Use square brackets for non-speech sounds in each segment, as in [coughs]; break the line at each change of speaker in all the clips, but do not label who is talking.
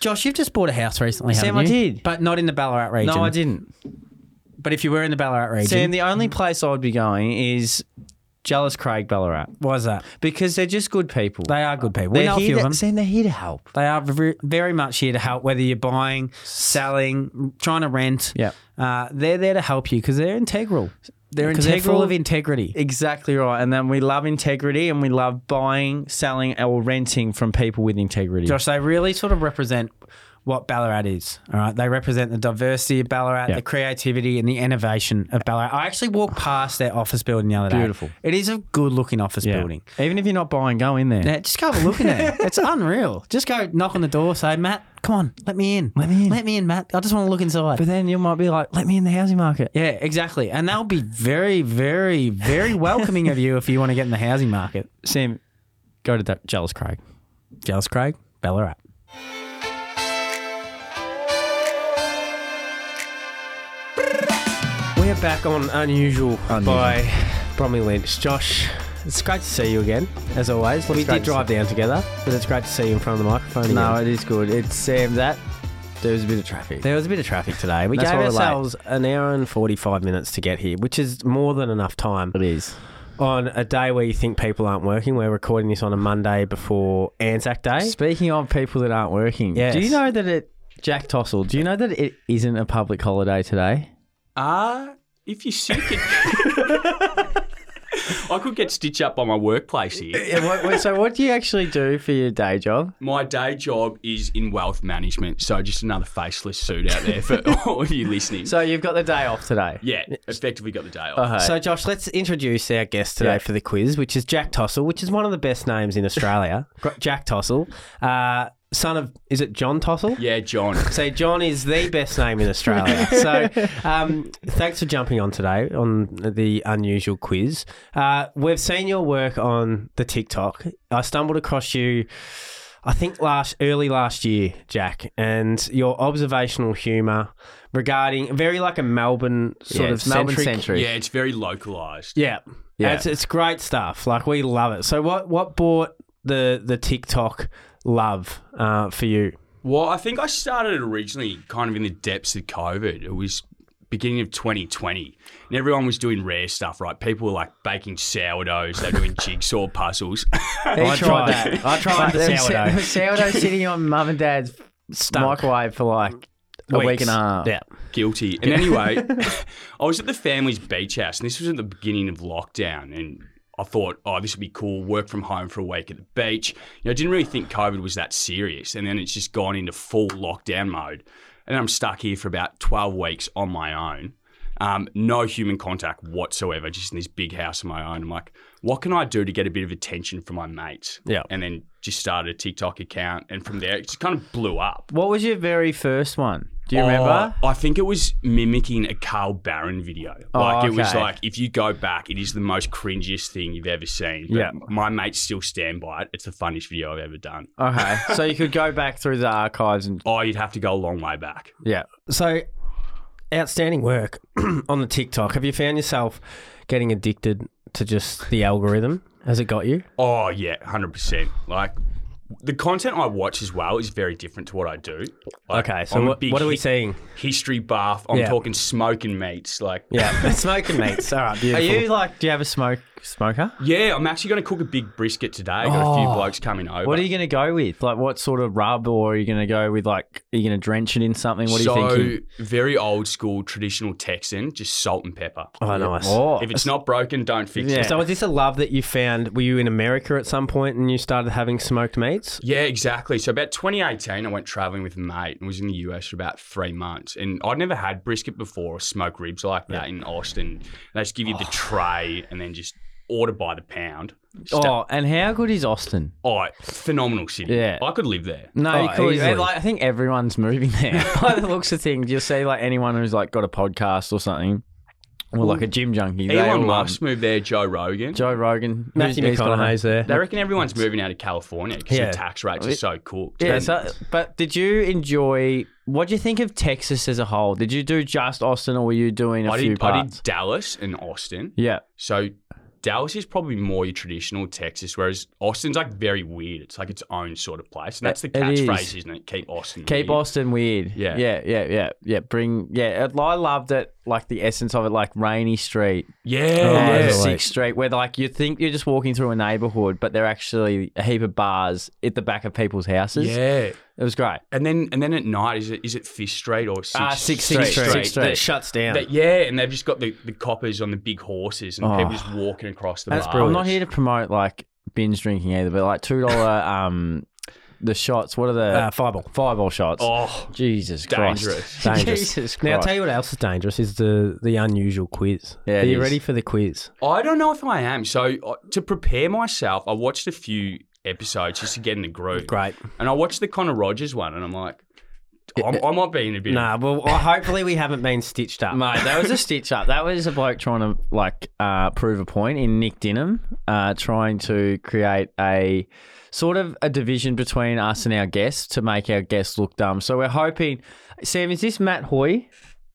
Josh, you've just bought a house recently,
Sam,
haven't
I
you?
did.
But not in the Ballarat region.
No, I didn't.
But if you were in the Ballarat region,
Sam, the only place I would be going is Jealous Craig Ballarat
why is that?
because they're just good people.
They are good people. We
They're
know a
here
few of
to-
them.
Sam, they're here to help.
They are ver- very much here to help, whether you're buying, selling, trying to rent.
Yeah.
Uh, they're there to help you because they're integral.
They're
'Cause They're
integral-
full of integrity.
Exactly right. And then we love integrity and we love buying, selling, or renting from people with integrity.
Josh, they really sort of represent what Ballarat is. All right. They represent the diversity of Ballarat,
Yeah.
the creativity and the innovation of Ballarat. I actually walked past their office building the other day.
Beautiful.
It is a good looking office
Yeah.
building.
Even if you're not buying, go in there.
Yeah, Uh, just go have a look in
[laughs]
there. It's unreal. Just go knock on the door, say, Matt, come on, let me in. Let
me in.
Let me in, Matt. I just want to look inside.
But then you might be like, let me in the housing market.
Yeah, exactly. And that'll be very, very, very welcoming of you if you want to get in the housing market.
Sam, go to that Jealous Craig.
Jealous Craig, Ballarat.
We're back on Unusual,
Unusual.
by Bromley Lynch. Josh, it's great to see you again, as always. we
great
did
to
drive down together, but it's great to see you in front of the microphone
No, it
again.
is good. It's Sam that there was a bit of traffic.
There was a bit of traffic today. We
That's
gave
why we're late.
ourselves an hour and 45 minutes to get here, which is more than enough time.
It is.
On a day where you think people aren't working, we're recording this on a Monday before Anzac Day.
Speaking of people that aren't working,
Yes.
do you know that it Jack Tossell, do you know that it isn't a public holiday today?
Uh, if you're sick, it- I could get stitched up by my workplace here.
Yeah, what, what- so what do you actually do for your day job?
My day job is in wealth management, so just another faceless suit out there for [laughs] all of you listening.
So you've got the day off today.
yeah, effectively got the day off.
Uh-huh.
So, Josh, let's introduce our guest today
Yeah.
for the quiz, which is Jack Tossell, which is one of the best names
[laughs]
in Australia. Gr- Jack Tossell, uh, son of, is it John Tossell?
Yeah, John.
So John is the best name in Australia. So um, thanks for jumping on today on the unusual quiz. Uh, we've seen your work on the TikTok. I stumbled across you, I think last early last year, Jack, and your observational humour regarding very like a Melbourne sort of
Melbourne
centric.
century.
Yeah, it's very localized.
Yeah,
Yeah.
It's, it's great stuff. Like we love it. So what what brought the the TikTok love uh, for you?
Well, I think I started it originally kind of in the depths of COVID. It was beginning of 2020 and everyone was doing rare stuff right people were like baking sourdoughs they
[laughs]
were doing jigsaw puzzles
I
tried
tried
that.
that.
I tried the
[laughs]
sourdough.
sourdough sitting on mum and dad's microwave for like a week
Weeks.
and a half.
Yeah.
guilty. And anyway,
[laughs]
I was at the family's beach house, and this was at the beginning of lockdown. And I thought, oh, this would be cool, work from home for a week at the beach. You know, I didn't really think COVID was that serious. And then it's just gone into full lockdown mode. And I'm stuck here for about 12 weeks on my own. Um, no human contact whatsoever, just in this big house of my own. I'm like, what can I do to get a bit of attention from my mates?
Yeah.
And then just started a TikTok account. And from there, it just kind of blew up.
What was your very first one? Do you
Oh,
remember?
I think it was mimicking a Carl Barron video.
Oh,
Like it was
okay.
like if you go back, it is the most cringiest thing you've ever seen. But
Yeah.
my mates still stand by it. It's the funniest video I've ever done.
Oh. [laughs]
Okay. so you could go back through the archives and
Oh, you'd have to go a long way back.
yeah.
So, outstanding work [clears throat] on the TikTok. Have you found yourself getting addicted to just the algorithm? Has it got you?
Oh yeah, hundred percent. Like the content I watch as well is very different to what I do. Like,
Okay,
I'm
so
a
what,
big
what are we
hi-
seeing?
History buff. I'm
Yeah.
talking smoking meats. Like
Yeah, [laughs] smoking mates. All right,
Are
beautiful.
you like? Do you have a smoke smoker?
yeah, I'm actually going to cook a big brisket today. I got a few
Oh,
blokes coming over.
What are you going to go with? Like, what sort of rub, or are you going to go with like? Are you going to drench it in something? What are
so
you thinking?
very old school traditional Texan, just salt and pepper.
Oh, nice.
Oh,
If it's not broken, don't fix
Yeah.
it.
So, was this a love that you found? Were you in America at some point and you started having smoked meats?
Yeah, exactly. So about 2018, I went traveling with a mate and was in the US for about three months. And I'd never had brisket before or smoked ribs like that in Austin. They just give you the tray and then just order by the pound.
oh, and how good is Austin?
Oh, phenomenal city.
Yeah.
I could live there.
No,
Oh,
you could.
easily.
Like, I think everyone's moving there.
[laughs]
By the [laughs] looks of things, you'll see like anyone who's like got a podcast or something, or like a gym junkie. they all
Elon
love
Musk moved there, Joe Rogan.
Joe Rogan,
Matthew
who's- who's got a-
McConaughey's there.
they reckon everyone's moving out of California because
Yeah.
the tax rates are so cooked.
Yeah,
And-
so, but did you enjoy? What do you think of Texas as a whole? Did you do just Austin, or were you doing a
I
few
did, I
parts?
did Dallas and Austin.
Yeah.
So Dallas is probably more your traditional Texas, whereas Austin's like very weird. It's like its own sort of place, and that's the
It- it is.
catchphrase, is. isn't it? Keep Austin.
Keep
weird.
Austin weird.
Yeah.
Yeah. Yeah. Yeah. Yeah. Bring. Yeah. I loved it. Like the essence of it, like Rainy Street,
Yeah,
yeah.
yeah.
Oh, yeah.
way.
Sixth Street, where like you think you're just walking through a neighborhood, but they're actually a heap of bars at the back of people's houses.
yeah.
It was great.
And then and then at night is it is it Fifth Street or Sixth,
Ah, Sixth Street. Sixth Street.
That shuts down.
That- yeah, and they've just got the, the coppers on the big horses and people just walking across the
That's
bar.
Oh, I'm not here to promote like binge drinking either, but like two dollar um the shots. What are the
Uh, fireball.
fireball shots?
Oh,
Jesus [laughs]
Dangerous.
Christ! [laughs]
Dangerous.
Jesus
Now, I'll
Christ.
tell you what else is dangerous is the, the unusual quiz.
Yeah,
Are
it
you
is.
ready for the quiz?
I don't know if I am. So uh, to prepare myself, I watched a few episodes just to get in the groove.
Great.
And I watched the Connor Rogers one, and I'm like, I'm, I might be in a bit.
Nah, well, well, hopefully we haven't been
[laughs]
stitched up.
Mate, that was a stitch up. That was a bloke trying to like uh, prove a point in Nick Dinham, uh, trying to create a sort of a division between us and our guests to make our guests look dumb. So we're hoping, Sam, is this Matt Hoy?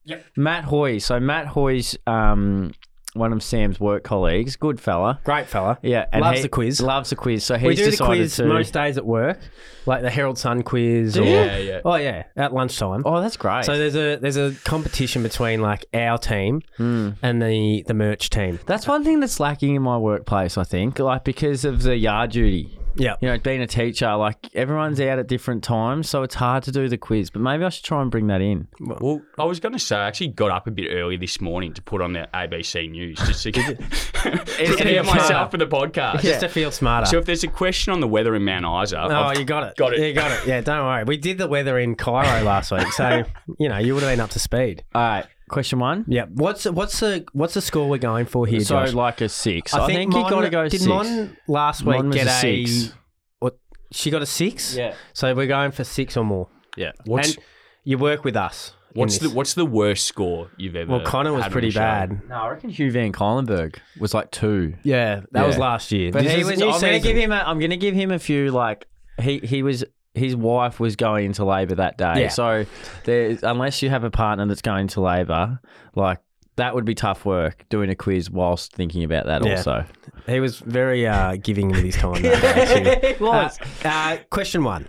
Yep.
Matt Hoy. So Matt Hoy's um, one of Sam's work colleagues, good fella.
Great fella.
Yeah,
Loves
he-
the quiz.
Loves the quiz. So he's
we do the
decided
quiz
to-
most days at work, like the Herald Sun quiz. or,
Yeah, yeah.
Oh yeah, at lunchtime.
Oh, that's great.
So there's a there's a competition between like our team
Hmm.
and the the merch team.
that's one thing that's lacking in my workplace, I think, like because of the yard duty.
Yeah.
you know, being a teacher, like everyone's out at different times, so it's hard to do the quiz. But maybe I should try and bring that in.
Well, I was going to say, I actually got up a bit early this morning to put on the ABC News
[laughs]
just to [laughs] prepare myself for the podcast.
Just to feel smarter.
So if there's a question on the weather in Mount Isa,
Oh,
I've
you got it.
Got it.
You got it. Yeah, don't worry. We did the weather
[laughs]
in Cairo last week, so you know you would have been up to speed.
All right, question one.
Yeah. What's what's the what's the score we're going for here,
so
Josh?
like a six. I, think,
Mon-
you got to go
Did
six.
Mon last week
Mon was
get
a
a,
six.
What? She got a six.
Yeah.
So we're going for six or more.
yeah.
what's
and you work with us. in
what's the
this.
what's the worst score you've ever?
well? Connor was
had on
pretty
the show?
bad.
No, I reckon Hugh Van Kylenberg was like two.
Yeah, that was
Yeah.
last year.
But
This
he
is
was.
new
I'm gonna
season.
give him. A, I'm gonna give him a few. Like he he was. His wife was going into labour that day.
Yeah.
So there's unless you have a partner that's going to labour, like that would be tough work doing a quiz whilst thinking about that.
Yeah.
Also,
He was very uh, giving with his time. that day, too. Uh, uh, question one: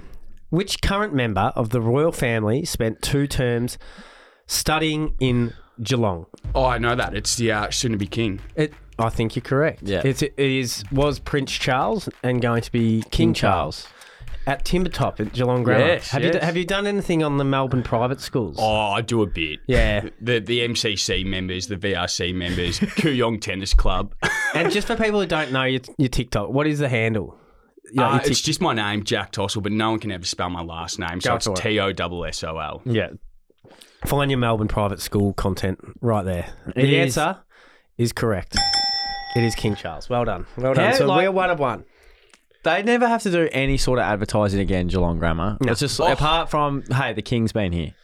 Which current member of the royal family spent two terms studying in Geelong?
Oh, I know that. It's the uh, soon to be king.
It, I think you're correct.
Yeah.
it's, it is was Prince Charles and going to be King, Charles. at Timbertop at Geelong Grammar.
Yes,
have you
yes.
have you done anything on the Melbourne private schools?
Oh, I do a bit.
Yeah.
The the MCC members, the VRC members, [laughs] Kooyong Tennis Club.
And just for people who don't know your, your TikTok, what is the handle? Yeah,
Uh,
your
it's just my name, Jack Tossel, but no one can ever spell my last name, so
Go
it's
for it.
T O double S O L.
Yeah. Find your Melbourne private school content right there. The
is-
answer is correct. It is King Charles. Well done. Well done.
Yeah,
so
like-
we're one of one.
They never have to do any sort of advertising again, Geelong Grammar. It's just
Oh.
apart from, hey, the King's been here.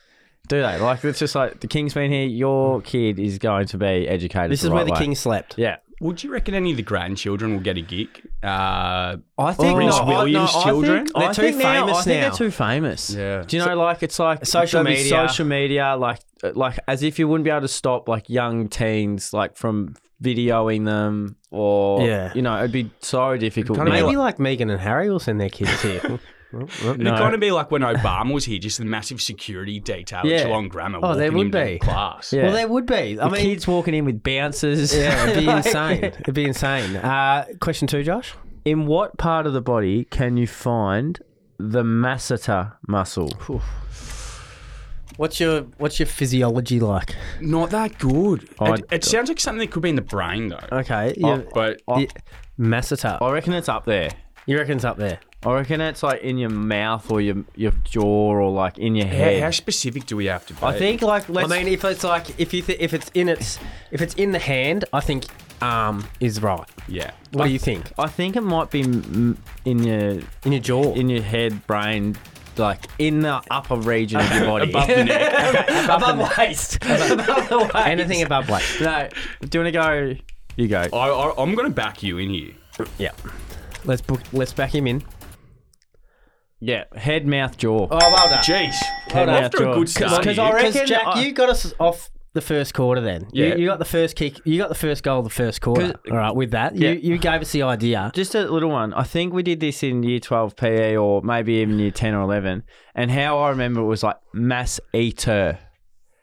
Do they? Like, it's just like, the King's been here, your kid is going to be educated.
This
the
is where
right
the
way.
king slept.
Yeah.
Would you reckon any of the grandchildren will get a gig? Uh,
I
Prince William's children?
They're too
now,
famous
I think
now.
they're too famous.
Yeah.
Do you know, like, it's like
Social
there'll be
media.
Social media, like, uh, like as if you wouldn't be able to stop, like, young teens, like, from videoing them or,
Yeah.
you know, it'd be so difficult.
Maybe
now.
like, Megan and Harry will send their kids [laughs] here.
It'd kind of be like when Obama was here, just the massive security detail
Yeah.
at Geelong Grammar
Oh,
walking
there
him
would
to
be.
the class.
Yeah.
Well, they would be. I
The
mean,
kids walking in with bouncers.
yeah, it'd [laughs]
[laughs]
be
Like-
insane. It'd be insane. Uh, question two, Josh.
In what part of the body can you find the masseter muscle?
What's your what's your physiology like?
Not that good.
I-
It, it sounds like something that could be in the brain, though.
Okay, Oh, yeah,
But
yeah, mess it up.
I reckon it's up there.
You reckon it's up there?
I reckon it's like in your mouth or your your jaw or like in your
how,
head.
how specific do we have to be?
I think like let's.
I mean, if it's like if you th- if it's in its if it's in the hand, I think arm is right.
Yeah.
What do you think?
I think it might be m- in your
In your jaw. [laughs]
in your head, brain, like in the upper region of your body. [laughs]
[laughs] Above the neck.
above waist. above the waist.
Anything [laughs] above waist.
No. Do you want to go? You go.
I, I, I'm going to back you in here.
yeah. Let's book, let's back him in.
Yeah. Head, mouth, jaw.
Oh, well done.
Jeez.
Head, mouth,
After a
jaw.
good start.
Because
here.
I reckon
Jack, oh.
I-
you got us off the first quarter then.
Yeah.
You, you got the first kick. You got the first goal of the first quarter.
'Cause-
All right, with that,
Yeah.
you, you gave us the idea.
Just a little one. I think we did this in year 12 PE or maybe even year 10 or 11. And how I remember it was like mass eater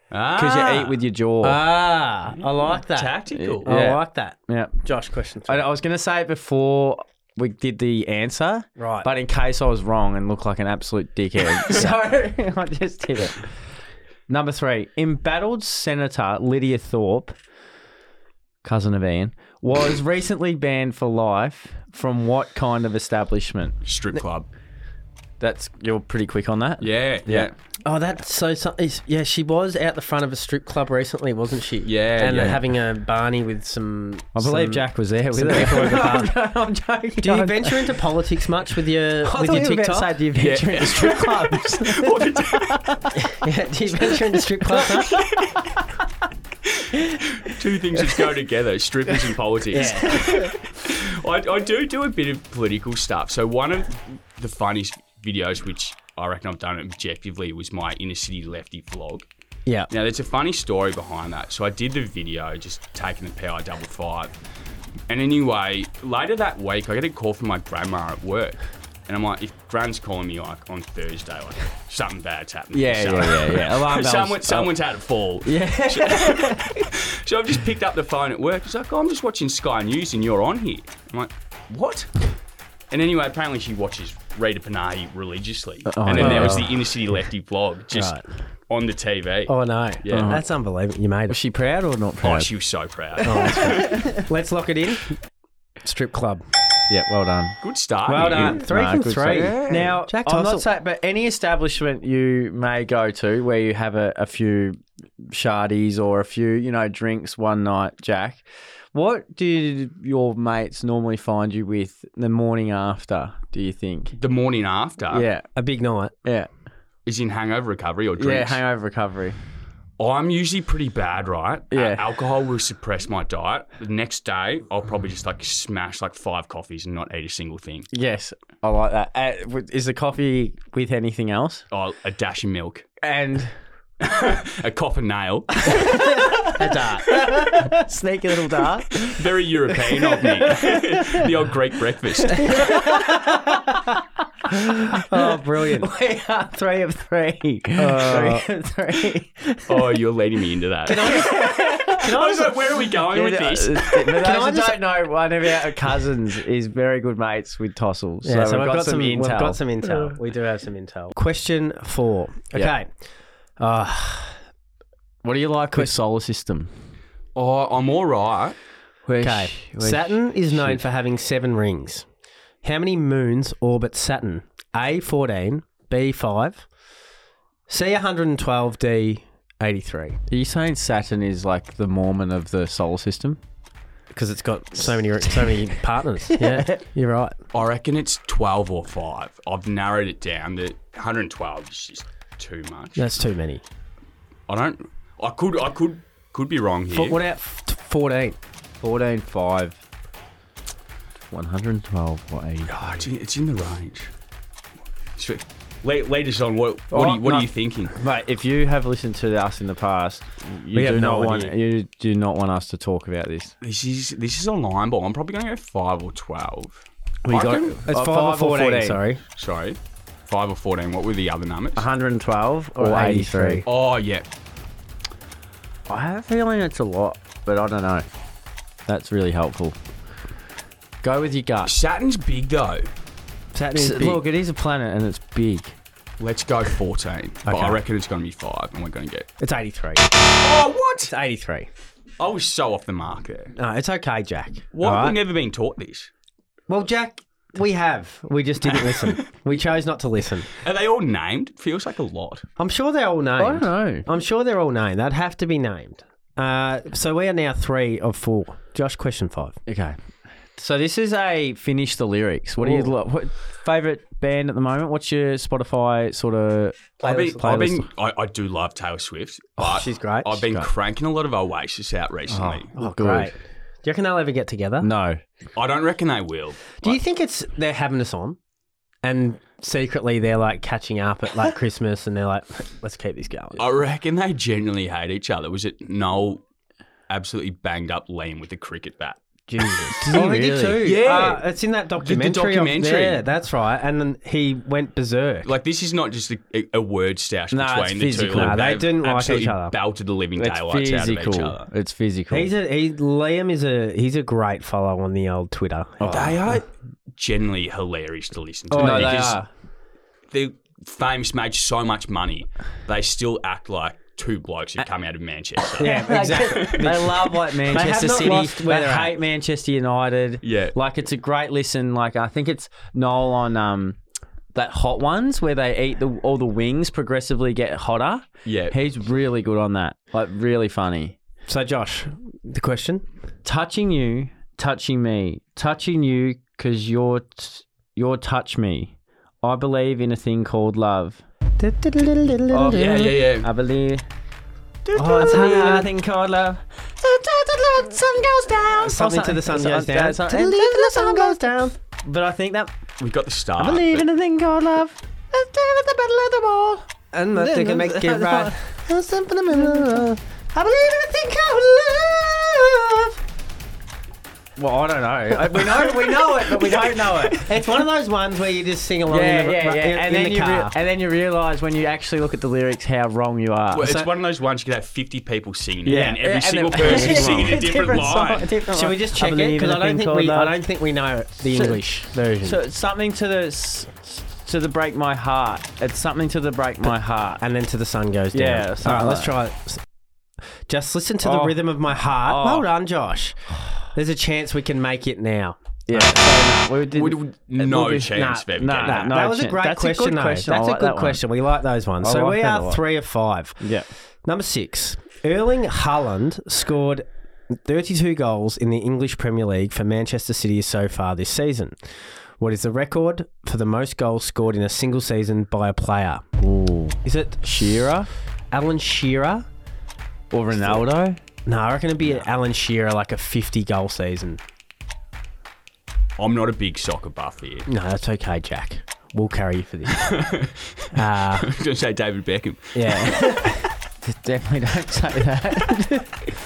because you eat with your jaw.
Ah, I like that.
tactical.
Yeah.
I like that.
yeah.
Josh, question three.
I, I was going to say it before we did the answer,
Right.
but in case I was wrong and looked like an absolute
[laughs]
dickhead. so [laughs] I just did it. Number three, embattled Senator Lydia Thorpe, cousin of Ian, was recently banned for life from what kind of establishment?
Strip club.
That's you're pretty quick on that.
Yeah, yeah. [laughs]
Yeah.
oh, that's so. so is- yeah, she was out the front of a strip club recently, wasn't she?
Yeah,
and
yeah.
having a Barney with some.
I believe
some-
Jack was there with
some
it.
people in the bar.
[laughs] I'm joking.
Do you venture into politics much with
[laughs]
your
I
with
thought
your
you were about to
TikTok?
say, do you venture into strip clubs?
[laughs] Yeah, do you venture into strip clubs? much?
[laughs]
Two things just go together: strippers and politics. [laughs] I, I do do a bit of political stuff. So one of the funniest videos, which I reckon I've done objectively, was my inner city lefty vlog.
yeah.
Now there's a funny story behind that. So I did the video, just taking the power double five. And anyway, later that week, I get a call from my grandma at work, and I'm like, if Gran's calling me like on Thursday, like [laughs] something bad's happening.
Yeah, yeah,
Something-
yeah,
[laughs]
yeah. Alarm bells. Oh.
Someone, someone's had a fall.
Yeah.
[laughs] So I've just picked up the phone at work. She's like, oh, I'm just watching Sky News and you're on here. I'm like, what? And anyway, apparently she watches Rita Panahi religiously. and then there was the inner city lefty vlog just
Right.
on the TV.
Oh no.
Yeah.
That's unbelievable. You made
Was [laughs]
it.
she proud or not proud?
Oh, she was so proud.
Let's lock it in. Strip club.
yeah, well done.
Good start.
Well
you.
done. Three
Nah,
from
good
three.
stuff. Now,
Jack
I'm
Tossel.
not saying, but any establishment you may go to where you have a, a few shardies or a few, you know, drinks one night, Jack, what did your mates normally find you with the morning after, do you think?
The morning after
yeah,
A big night.
yeah,
is in hangover recovery or
yeah,
drinks.
hangover recovery.
I'm usually pretty bad, right?
Yeah.
A- alcohol will suppress my diet. The next day, I'll probably just like smash like five coffees and not eat a single thing.
Yes, I like that. Uh, w- is the coffee with anything else?
Oh, a dash of milk,
And
[laughs] a copper nail. [laughs]
A dart. [laughs]
sneaky little dart.
Very European of me. [laughs] the old Greek breakfast.
Oh, [laughs] brilliant.
we are three of [laughs] three. three of three.
Oh, you're leading me into that. [laughs]
Can I
I was like, where are we going with
Yeah,
this? [laughs]
uh, But those
I
who
just-
don't know, one of our cousins is very good mates with Tossel. So,
Yeah, so,
we've, got, some, intel.
We've got some
[laughs]
intel. We do have some intel. Question four. Okay.
Yeah.
Uh,
What do you like with solar system?
Oh, I'm all right.
okay. Saturn is known for having seven rings. How many moons orbit Saturn? A fourteen, B five, C one hundred and twelve, D eighty three.
Are you saying Saturn is like the Mormon of the solar system?
Because it's got so many
[laughs]
so many partners. Yeah, you're right.
I reckon it's 12 or 5. I've narrowed it down. The 112 is just too much.
That's too many.
I don't. I could. I could. Could be wrong here.
But what about fourteen?
14, 5, 112, or 80.
Oh, it's, in, it's in the range. So, late, latest on what? What, are,
Oh,
you, what
no.
are you thinking?
Mate, if you have listened to us in the past, you
have
do
no
not want
idea.
you do not want us to talk about this.
This is this is a line ball. I'm probably going to go five or 12.
We
I
got
reckon-
it's five,
uh,
or 14, Sorry,
Sorry, five or 14. What were the other numbers?
Uh-huh.
112 or,
Or
83.
83.
Oh yeah,
I have a feeling it's a lot, but I don't know. That's really helpful. Go with your gut.
Saturn's big though.
Saturn is big.
Look, it is a planet and it's big.
Let's go 14. But
Okay.
I reckon it's going to be five, and we're going to get.
It's eighty three.
Oh what?
It's eighty three.
I was so off the mark there.
No, it's okay, Jack.
Why have
All
we
right?
never been taught this?
Well, Jack, we have. We just didn't listen. we chose not to listen.
Are they all named? Feels like a lot.
I'm sure they're all named.
I don't know.
I'm sure they're all named. They'd have to be named. Uh, so we are now three of four. Josh, question five.
Okay. So this is a finish the lyrics. What do you
Ooh.
lo- what favorite band at the moment? What's your Spotify sort of
I've been,
playlist?
I've been, I, I do love Taylor Swift. But
she's great.
I've been
Oh, She's great.
cranking a lot of Oasis out recently.
Oh, good.
Great. Do you reckon they'll ever get together?
No.
I don't reckon they will.
Do you think it's they're having us on? and secretly they're like catching up at like Christmas, and they're like, let's keep this going.
I reckon they genuinely hate each other. Was it Noel absolutely banged up Liam with a cricket bat?
[laughs] Jesus.
Did he really?
Yeah, Oh, uh, it's in that documentary. of-
documentary.
yeah, that's right. And then he went berserk.
Like this is not just a, a- a word stoush
No, it's
between the
physical.
two. Like,
No, they
they've
didn't like each
absolutely
other.
Belted the living
It's
daylights out of each
physical.
other.
It's physical.
He's a he, Liam is a he's a great follow on the old Twitter.
They are generally hilarious to listen to.
Oh, no, they
because
are.
the famous made so much money, they still act like two blokes who come out
[laughs]
of Manchester.
Yeah, exactly.
they love like Manchester
not
City.
lost where
they
they're
hate Manchester United.
Yeah.
like it's a great listen. Like I think it's Noel on um that hot ones where they eat the all the wings progressively get hotter.
Yeah.
he's really good on that. Like really funny.
so Josh, the question.
Touching you, touching me, touching you because you're t- you're touch me. I believe in a thing called love.
Oh,
yeah, yeah, yeah.
I believe.
Oh, it's hung
I
out.
think called love.
Something to the sun goes down.
That's-
Till the sun goes down.
But I think that
We've got the start.
believe in a thing called love. the battle of the ball.
And nothing can make
[laughs]
it
I
right.
believe in a thing called love. Well, I don't know. I- We know, we know it, but we don't know [laughs] it.
It's one of those ones where you just sing along in the, in-
And
in
then
the
you re-
car.
and then you realise when you actually look at the lyrics how wrong you are.
Well, it's one of those ones you could have 50 people singing it,
Yeah.
and
[laughs]
every
Yeah, and
single
then-
person singing a
Different
different,
song,
line.
different
Should
line.
we just
I
check it?
believe in
Because
a
I don't
thing
think
called
we I
love.
don't think we know the
So-
English version.
So it's something to the s- to the break my heart. It's something to the break my heart.
and then to the sun goes down.
Yeah,
All
something
right, let's
like
try it. S- Just listen to the
Oh.
rhythm of my heart.
Oh. Uh,
Well done, Josh. There's a chance we can make it now.
Yeah. Um, So, no, we
We-
did,
we- no
be-
chance of
nah,
ever
nah, nah,
getting that.
no
that was a
chance.
great
That's a good
question, though.
question. I
That's
like
a good
that one.
question. We like those ones.
I
so
like
we
that a
are
lot.
three of five.
Yeah.
Number six, Erling Haaland scored 32 goals in the English Premier League for Manchester City so far this season. What is the record for the most goals scored in a single season by a player?
Ooh.
Is it
Shearer
Alan Shearer?
or Ronaldo?
No, I reckon it'd be Alan Shearer, like a 50 goal season.
I'm not a big soccer buff here. [laughs]
No, that's okay, Jack. We'll carry you for this. uh,
I was going to say David Beckham.
[laughs] yeah. [laughs]
Definitely don't [laughs] say that.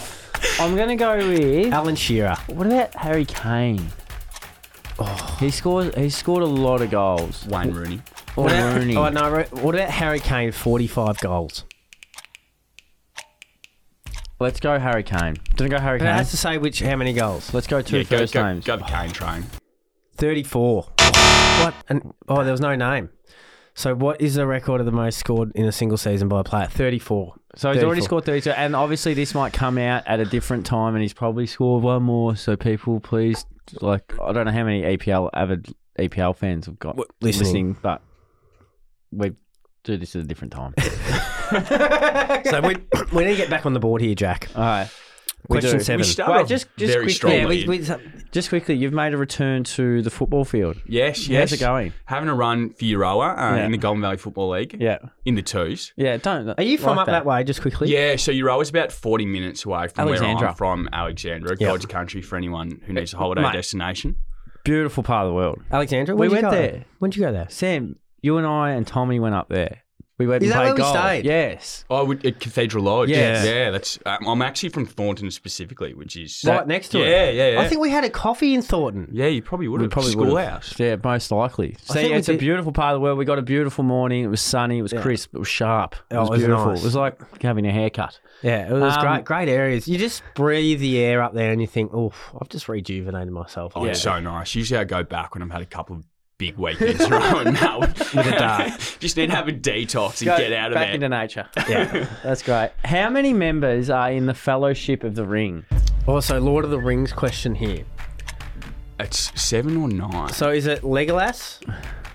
[laughs] I'm gonna go with
Alan Shearer.
what about Harry Kane? He scores. He scored a lot of goals.
Wayne Rooney.
Or
What about-
Rooney.
Oh, no, I wrote- what about Harry Kane, 45 goals?
Let's go Harry Kane. Didn't go Harry
But it
Kane.
has to say which how many goals.
Let's go two
Yeah,
first
go, go,
names.
go the cane train.
34. What? And oh, there was no name. So what is the record of the most scored in a single season by a player? 34.
So he's already
34.
scored 32, and obviously this might come out at a different time, and he's probably scored one more. So people, please, like, I don't know how many EPL avid EPL fans have got
W- listening.
listening. but we do this at a different
[laughs]
time.
So [laughs] we [coughs] we need to get back on the board here, Jack.
All right, we
Question
do.
seven.
We started
Wait,
off
just- just
very
quickly,
strongly.
yeah, we- just quickly, you've made a return to the football field.
yes, yes.
How's it going?
Having a run for Euroa uh,
Yeah.
in the Golden Valley Football League
Yeah,
in the twos.
yeah. Don't.
Are you from
like
up that. way? Just quickly.
Yeah, so Euroa's about 40 minutes away from where
Alexandra.
I'm from, Alexandra.
Yeah.
God's country for anyone who needs a holiday
Mate.
destination.
Beautiful part of the world.
Alexandra,
We
when'd you
went
go?
there.
When'd you go there?
Sam, you and I and Tommy went up there. We went
Is
and
that
played
where we
golf.
stayed?
Yes.
Oh, we- at Cathedral Lodge.
Yes.
Yeah, that's. Um, I'm actually from Thornton specifically, which is
Right next to it.
Yeah, yeah, yeah.
I think we had a coffee in Thornton.
Yeah, you probably would have.
probably would've.
schoolhouse.
Yeah, most likely. So
think
yeah,
we
it's a
did-
beautiful part of the world. We got a beautiful morning. It was sunny. It was crisp. It was sharp. It
Oh,
was,
it was
beautiful.
nice.
It was like having a haircut.
Yeah, it was
Um,
great, great areas. You just breathe the air up there, and you think, "Oh, I've just rejuvenated myself."
Oh, it's so nice. Usually I go back when I've had a couple of big weekends [laughs] in a row and now with a dark. [laughs] Just need to have a detox and get out of
back
there.
into nature. Yeah, [laughs] that's great. How many members are in the Fellowship of the Ring?
Also, Lord of the Rings question here.
it's seven or nine.
So, is it Legolas?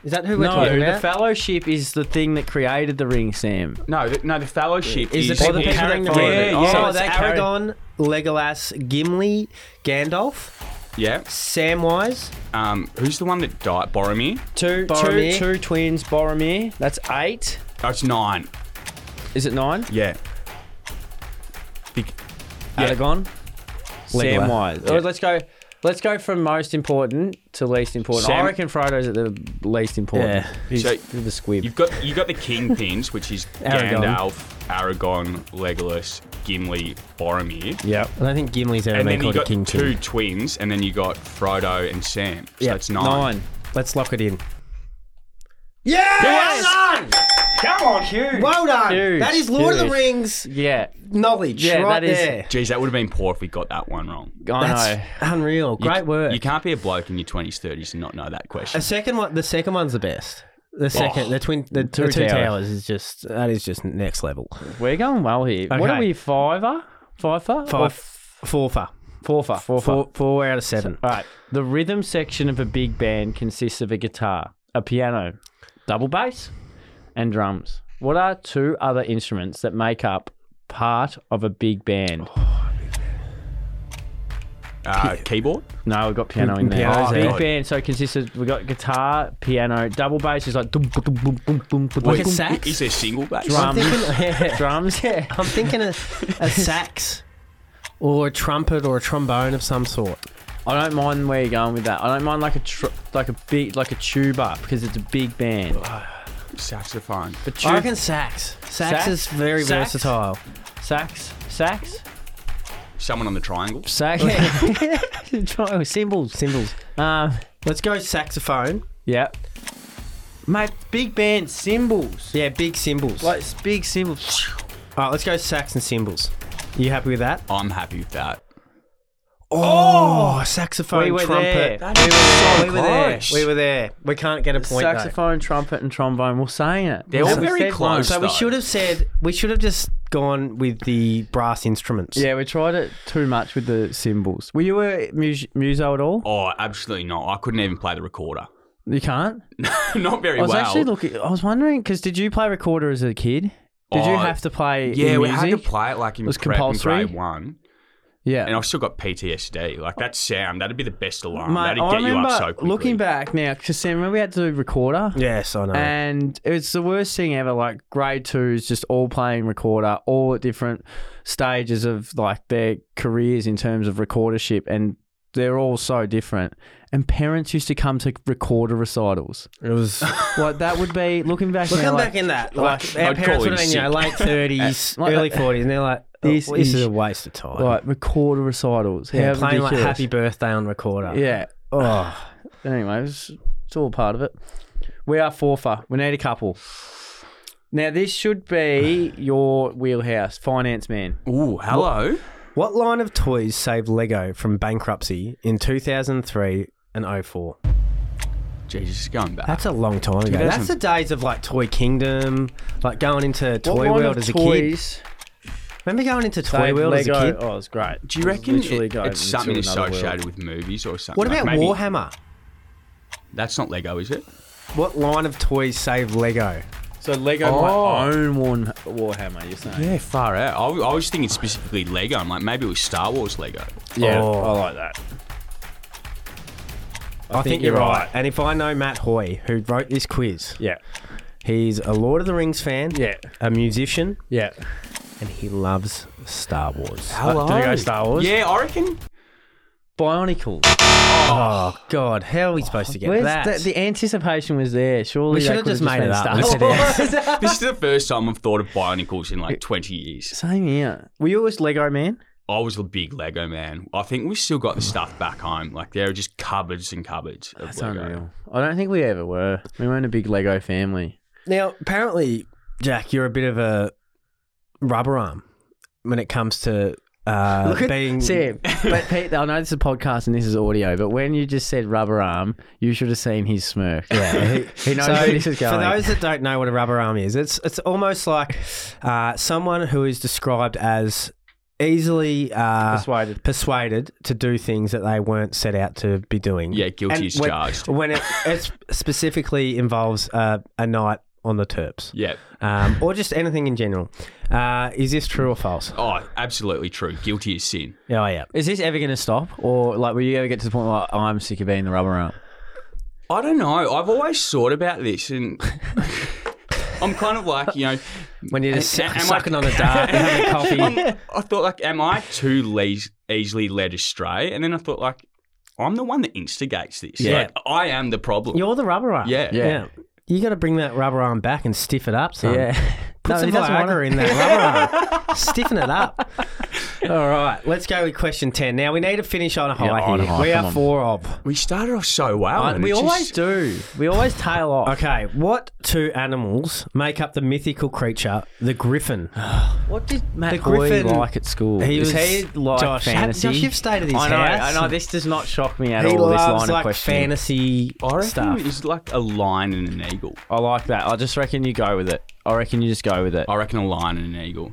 Is that who we're
No,
talking
the
about?
Fellowship is the thing that created the ring, Sam.
No, the, no, the fellowship
Is it
is,
the
is
people that
carrying the
follow
ring?
yeah,
it?
yeah.
So
Oh,
it's
they carry-
Aragorn, Legolas, Gimli, Gandalf,
yeah.
Samwise.
Um, who's the one that died? Boromir.
Two, two,
Boromir.
two twins, Boromir. That's eight.
Oh, it's nine.
Is it nine?
Yeah. Big, Yeah.
Aragon,
Legolas.
Samwise. Oh, let's go. Let's go from most important to least important. I
Sam-
reckon Frodo's at the least important.
Yeah.
He's
So-
the squib.
You've got you've got the kingpins, which is
Aragon.
Gandalf, Aragon, Legolas, Gimli, Boromir.
Yeah.
I don't think Gimli's ever
And
been
then you
called a
got
king
two twins, and then you got Frodo and Sam. So
Yeah,
it's nine.
Nine.
Let's lock it in.
Yes!
Come on, Hugh.
Well done.
Huge,
that is Lord of the
huge.
Rings
Yeah.
knowledge
Yeah,
right
that is-
there.
Geez, that would have been poor if we got that one wrong.
I
That's
know.
unreal. Great work.
You can't be a bloke in your twenties, thirties and not know that
A
question.
second one. The second one's the best. The second, the twin, the
Two
two, the two
towers.
towers. is just that is just next level.
We're going well here. What
Okay.
are we, fiver? Fifer? Or
Five, four, four,
Fourfer. Fourfer.
four, uh, four out of seven.
All right. The rhythm section of a big band consists of a guitar, a piano, double bass, and drums. What are two other instruments that make up part of a big band?
Uh, keyboard.
No, we've got piano in there.
Piano's
big
out.
band. So it consists of we've got guitar, piano, double bass is like dum, bu- dum, bum, bum, bum, bu-
Wait,
dum,
sax?
Is there single bass?
Drum.
I'm thinking,
drums. Yeah.
I'm thinking a, [laughs] a sax or a trumpet or a trombone of some sort.
I don't mind where you're going with that. I don't mind like a tr- like a big like a tuba because it's a big band.
Saxophone.
But tu-
I reckon sax. Sax,
Sax?
is very
Sax?
versatile.
sax, sax,
Someone on the triangle.
sax,
Oh,
Try- cymbals.
Symbols.
[laughs] Um,
Let's go saxophone.
yeah. Mate, big band cymbals.
Yeah, big cymbals.
Like s- big cymbals.
All right, let's go sax and cymbals. You happy with that?
I'm happy with that.
Oh, saxophone,
We were there.
trumpet.
That is so
We were there.
close.
We were there. We can't get a point. though.
Saxophone, trumpet, and trombone. We're saying it.
They're all
We
very
said one.
close.
So we
though.
should have said we should have just gone with the brass instruments.
Yeah, we tried it too much with the cymbals. Were you a mus- muso at all?
Oh, absolutely not. I couldn't even play the recorder.
You can't.
[laughs] not very
I was
well.
actually looking. I was wondering because did you play recorder as a kid? Did you
Oh,
have to play?
yeah,
in
we had to
music?
play it like in
was
prep and
compulsory.
grade one,
Yeah,
and I've still got PTSD. Like that sound, that'd be the best alarm.
Mate,
that'd
I
get you
remember
up so quickly.
looking back now, because Sam, remember we had to do recorder?
Yes, I know.
And it's the worst thing ever. Like grade twos, just all playing recorder, all at different stages of like their careers in terms of recordership, and they're all so different. And parents used to come to recorder recitals.
it was
Like that would be looking back.
looking
now,
back
like,
in that like,
like,
our
I'd
parents
call
would
him
have been you know, late thirties,
Like-
early forties, and they're like, "This,
This
this is
is-
a waste of time."
like recorder recitals. How
yeah, playing like
ridiculous.
Happy Birthday on recorder.
Yeah. Oh. Anyways, it's all part of it. We are four for. We need a couple. Now this should be your wheelhouse, finance man.
Ooh, hello.
What line of toys saved Lego from bankruptcy in two thousand three and 04?
Jesus, it's going back.
That's a long time ago. That's the days of like Toy Kingdom, like going into Toy World as a kid. Remember going into Toy World
Lego.
as a kid?
Oh, it's great.
Do
It
you
was
reckon
literally
it-
going
it's something
into another world.
associated with movies or something?
What
Like,
about
maybe-
Warhammer?
That's not Lego, is it?
What line of toys saved Lego?
So Lego
Oh.
might own Warn- Warhammer. You're saying?
Yeah, far out. I, I was thinking specifically Lego. I'm like, maybe it was Star Wars Lego.
Oh.
I like that.
I, think, you're right. And if I know Matt Hoy, who wrote this quiz,
Yeah.
he's a Lord of the Rings fan,
Yeah.
a musician,
Yeah.
and he loves Star Wars.
Hello. Did I go Star Wars?
Yeah, I reckon.
Bionicle.
Oh, God, how are we supposed to get
Where's
that?
the, the anticipation was there. Surely
we
they
should have
could've
just made it
made
up.
Star
We
Wars.
said yes.
[laughs] this is the first time I've thought of Bionicles in like 20 years.
Same here. Were you always Lego man?
I was a big Lego man. I think we still got the stuff back home. Like there are just cupboards and cupboards of Lego.
I don't think we ever were. We weren't a big Lego family.
Now, apparently, Jack, you're a bit of a rubber arm when it comes to uh,
Look at
being.
Sam, [laughs] but Pete, I know this is a podcast and this is audio, but when you just said rubber arm, you should have seen his smirk. [laughs]
Yeah, he-
He knows where this is
Uh, For
going.
those that don't know what a rubber arm is, it's it's almost like uh, someone who is described as easily uh,
Persuaded.
persuaded to do things that they weren't set out to be doing.
Yeah, guilty
And
as
when,
charged.
When it it's specifically involves uh, a night on the terps,
Yeah.
um, or just anything in general. Uh, is this true or false?
Oh, absolutely true. Guilty as sin.
Oh yeah.
Is this ever going to stop, or like, will you ever get to the point where I'm sick of being the rubber arm?
I don't know. I've always thought about this, and [laughs] I'm kind of like, you know,
When you're just
Am- am I-
sucking on a dart and having
[laughs]
coffee.
I'm- I thought like, am I too le- easily led astray? And then I thought like, I'm the one that instigates this.
Yeah.
Like, I am the problem.
You're the rubber arm.
yeah.
Yeah.
You got to bring that rubber arm back and stiff it up, son.
Yeah.
Put
No,
some
he doesn't wanna-
Viagra in [laughs] that rubber arm. Stiffen it up. All right, let's go with question 10. Now, we need to finish on a high
on a
here.
high,
we
come
are
on.
four of. Uh,
We started off so well. and
we
it's
always
just-
do. We always tail off.
Okay, what two animals make up the mythical creature, the griffin?
What did Matt
The
Hoy
Griffin-
like at school?
He
Does
was-
he like
Josh, have-
fantasy?
Josh, you've stayed at his
I know,
house.
I know. This does not shock me at
he
all. This
loves
line of
like
questioning.
fantasy
I reckon
stuff.
it's like a lion and an eagle.
I like that. I just reckon you go with it. I reckon you just go with it.
I reckon a lion and an eagle.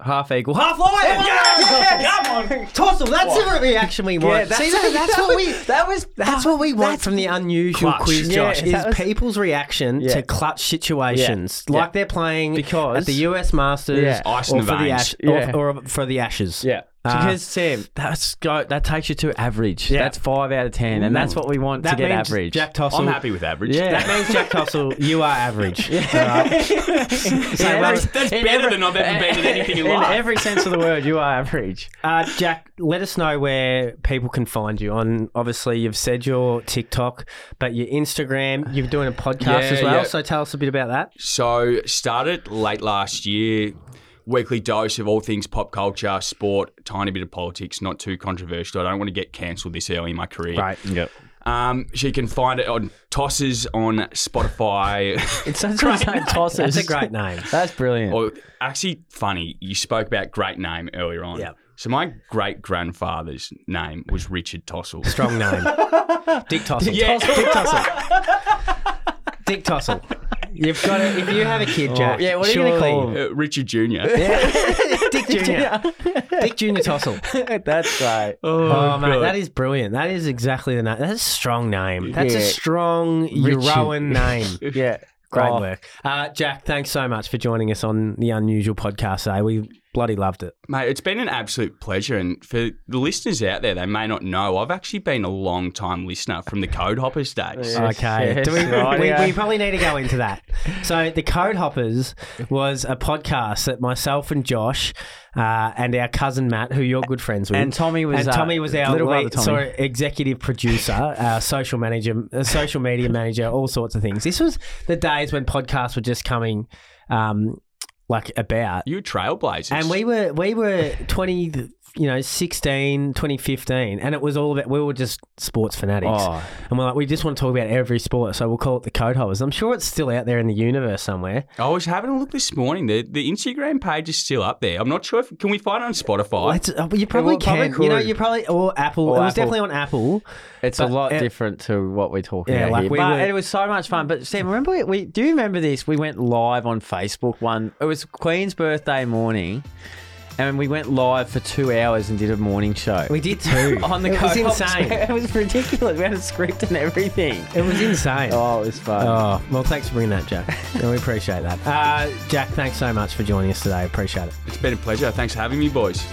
Half eagle, half lion.
Tossle, that's the reaction we
[laughs]
want. See, that, that's what we
That was.
that's what we want from the unusual
Clutch.
quiz,
Yeah,
Josh, is
that was-
people's reaction
Yeah.
to clutch situations.
Yeah.
Like
Yeah.
they're playing
Because-
at the US Masters
Yeah.
Ice in
or,
the
for the
veins.
ash, or-
Yeah.
or, for the Ashes.
Yeah.
Uh,
because Sam, that's go. That takes you to average.
Yeah.
That's five out of ten, and that's what we want to
That
get
means
average.
Jack Tossle.
I'm happy with average.
Yeah.
That [laughs] means Jack Tossel, you are
[laughs]
average. Alright? So,
Yeah,
well,
that's- [laughs]
That's
In
better
every-
than
[laughs]
I've ever been at anything in
in
life.
every sense of the word, you are average.
uh, Jack, let us know where people can find you on. Obviously, you've said your TikTok, but your Instagram, you're doing a podcast
Yeah,
as well.
yeah.
So tell us a bit about that.
So started late last year. Weekly dose of all things pop culture, sport, tiny bit of politics, not too controversial. I don't want to get cancelled this early in my career.
Yep.
Um, she can find it on Tosses on Spotify. [laughs]
It's such great [laughs] tosses.
That's a great name.
That's brilliant.
or actually, funny, you spoke about great name earlier on.
Yep.
So my great grandfather's name was Richard Tossell.
Strong
[laughs]
name. Dick Tossel.
Yeah.
Dick Tossel. Dick Tossel. You've got to, if you have a kid, Jack.
Oh. yeah, what are you gonna
surely- [laughs]
call him?
Uh, [laughs] Richard Jr.
Dick Junior. Dick Junior Tossel.
[laughs] [laughs] That's great.
Oh, mate, that is brilliant. That is exactly the name. That's a strong name. That's a
Yeah.
strong
Richard.
Euroan name.
[laughs] Yeah.
Great
Oh,
work, uh, Jack. Thanks so much for joining us on the unusual podcast today. We bloody loved it.
Mate, it's been an absolute pleasure. And for the listeners out there, they may not know, I've actually been a long time listener from the Code Hoppers days.
Yeah. Yes,
okay,
yes,
Do
[laughs]
we,
right,
we,
yeah.
we probably need to go into that. So, the Code Hoppers was a podcast that myself and Josh uh, and our cousin Matt, who you're good friends with,
And Tommy was,
and
uh,
Tommy was our
little brother
lead-
Tommy.
sorry, executive producer, uh, social manager, uh, social media manager, all sorts of things. This was the days when podcasts were just coming. Um, like about
You were trailblazers.
And we were we were 20 you know 16 2015 and it was all about we were just sports fanatics.
Oh.
And we're like we just want to talk about every sport so we'll call it the code hoppers. I'm sure it's still out there in the universe somewhere.
I was having a look this morning. The the Instagram page is still up there. I'm not sure if can we find it on Spotify.
It's- uh, you probably
well, probably
can. you know
could.
you probably or Apple.
Or
it was
Apple.
definitely on Apple.
It's
But,
a lot
uh,
different to what we're talking
Yeah,
about
like
here.
we
but
were-
it was so much fun. But Sam, remember we, we do you remember this? We went live on Facebook one. It was Queen's birthday morning, and we went live for two hours and did a morning show.
We did too.
[laughs]
[laughs]
on the
it was
Code Hoppers. [laughs]
insane.
It was ridiculous. We had a script and everything.
[laughs] it was insane.
Oh, it was fun.
Oh, well, thanks for bringing that, Jack. and we appreciate that. Uh, Jack, thanks so much for joining us today. Appreciate it.
it's been a pleasure. Thanks for having me, boys.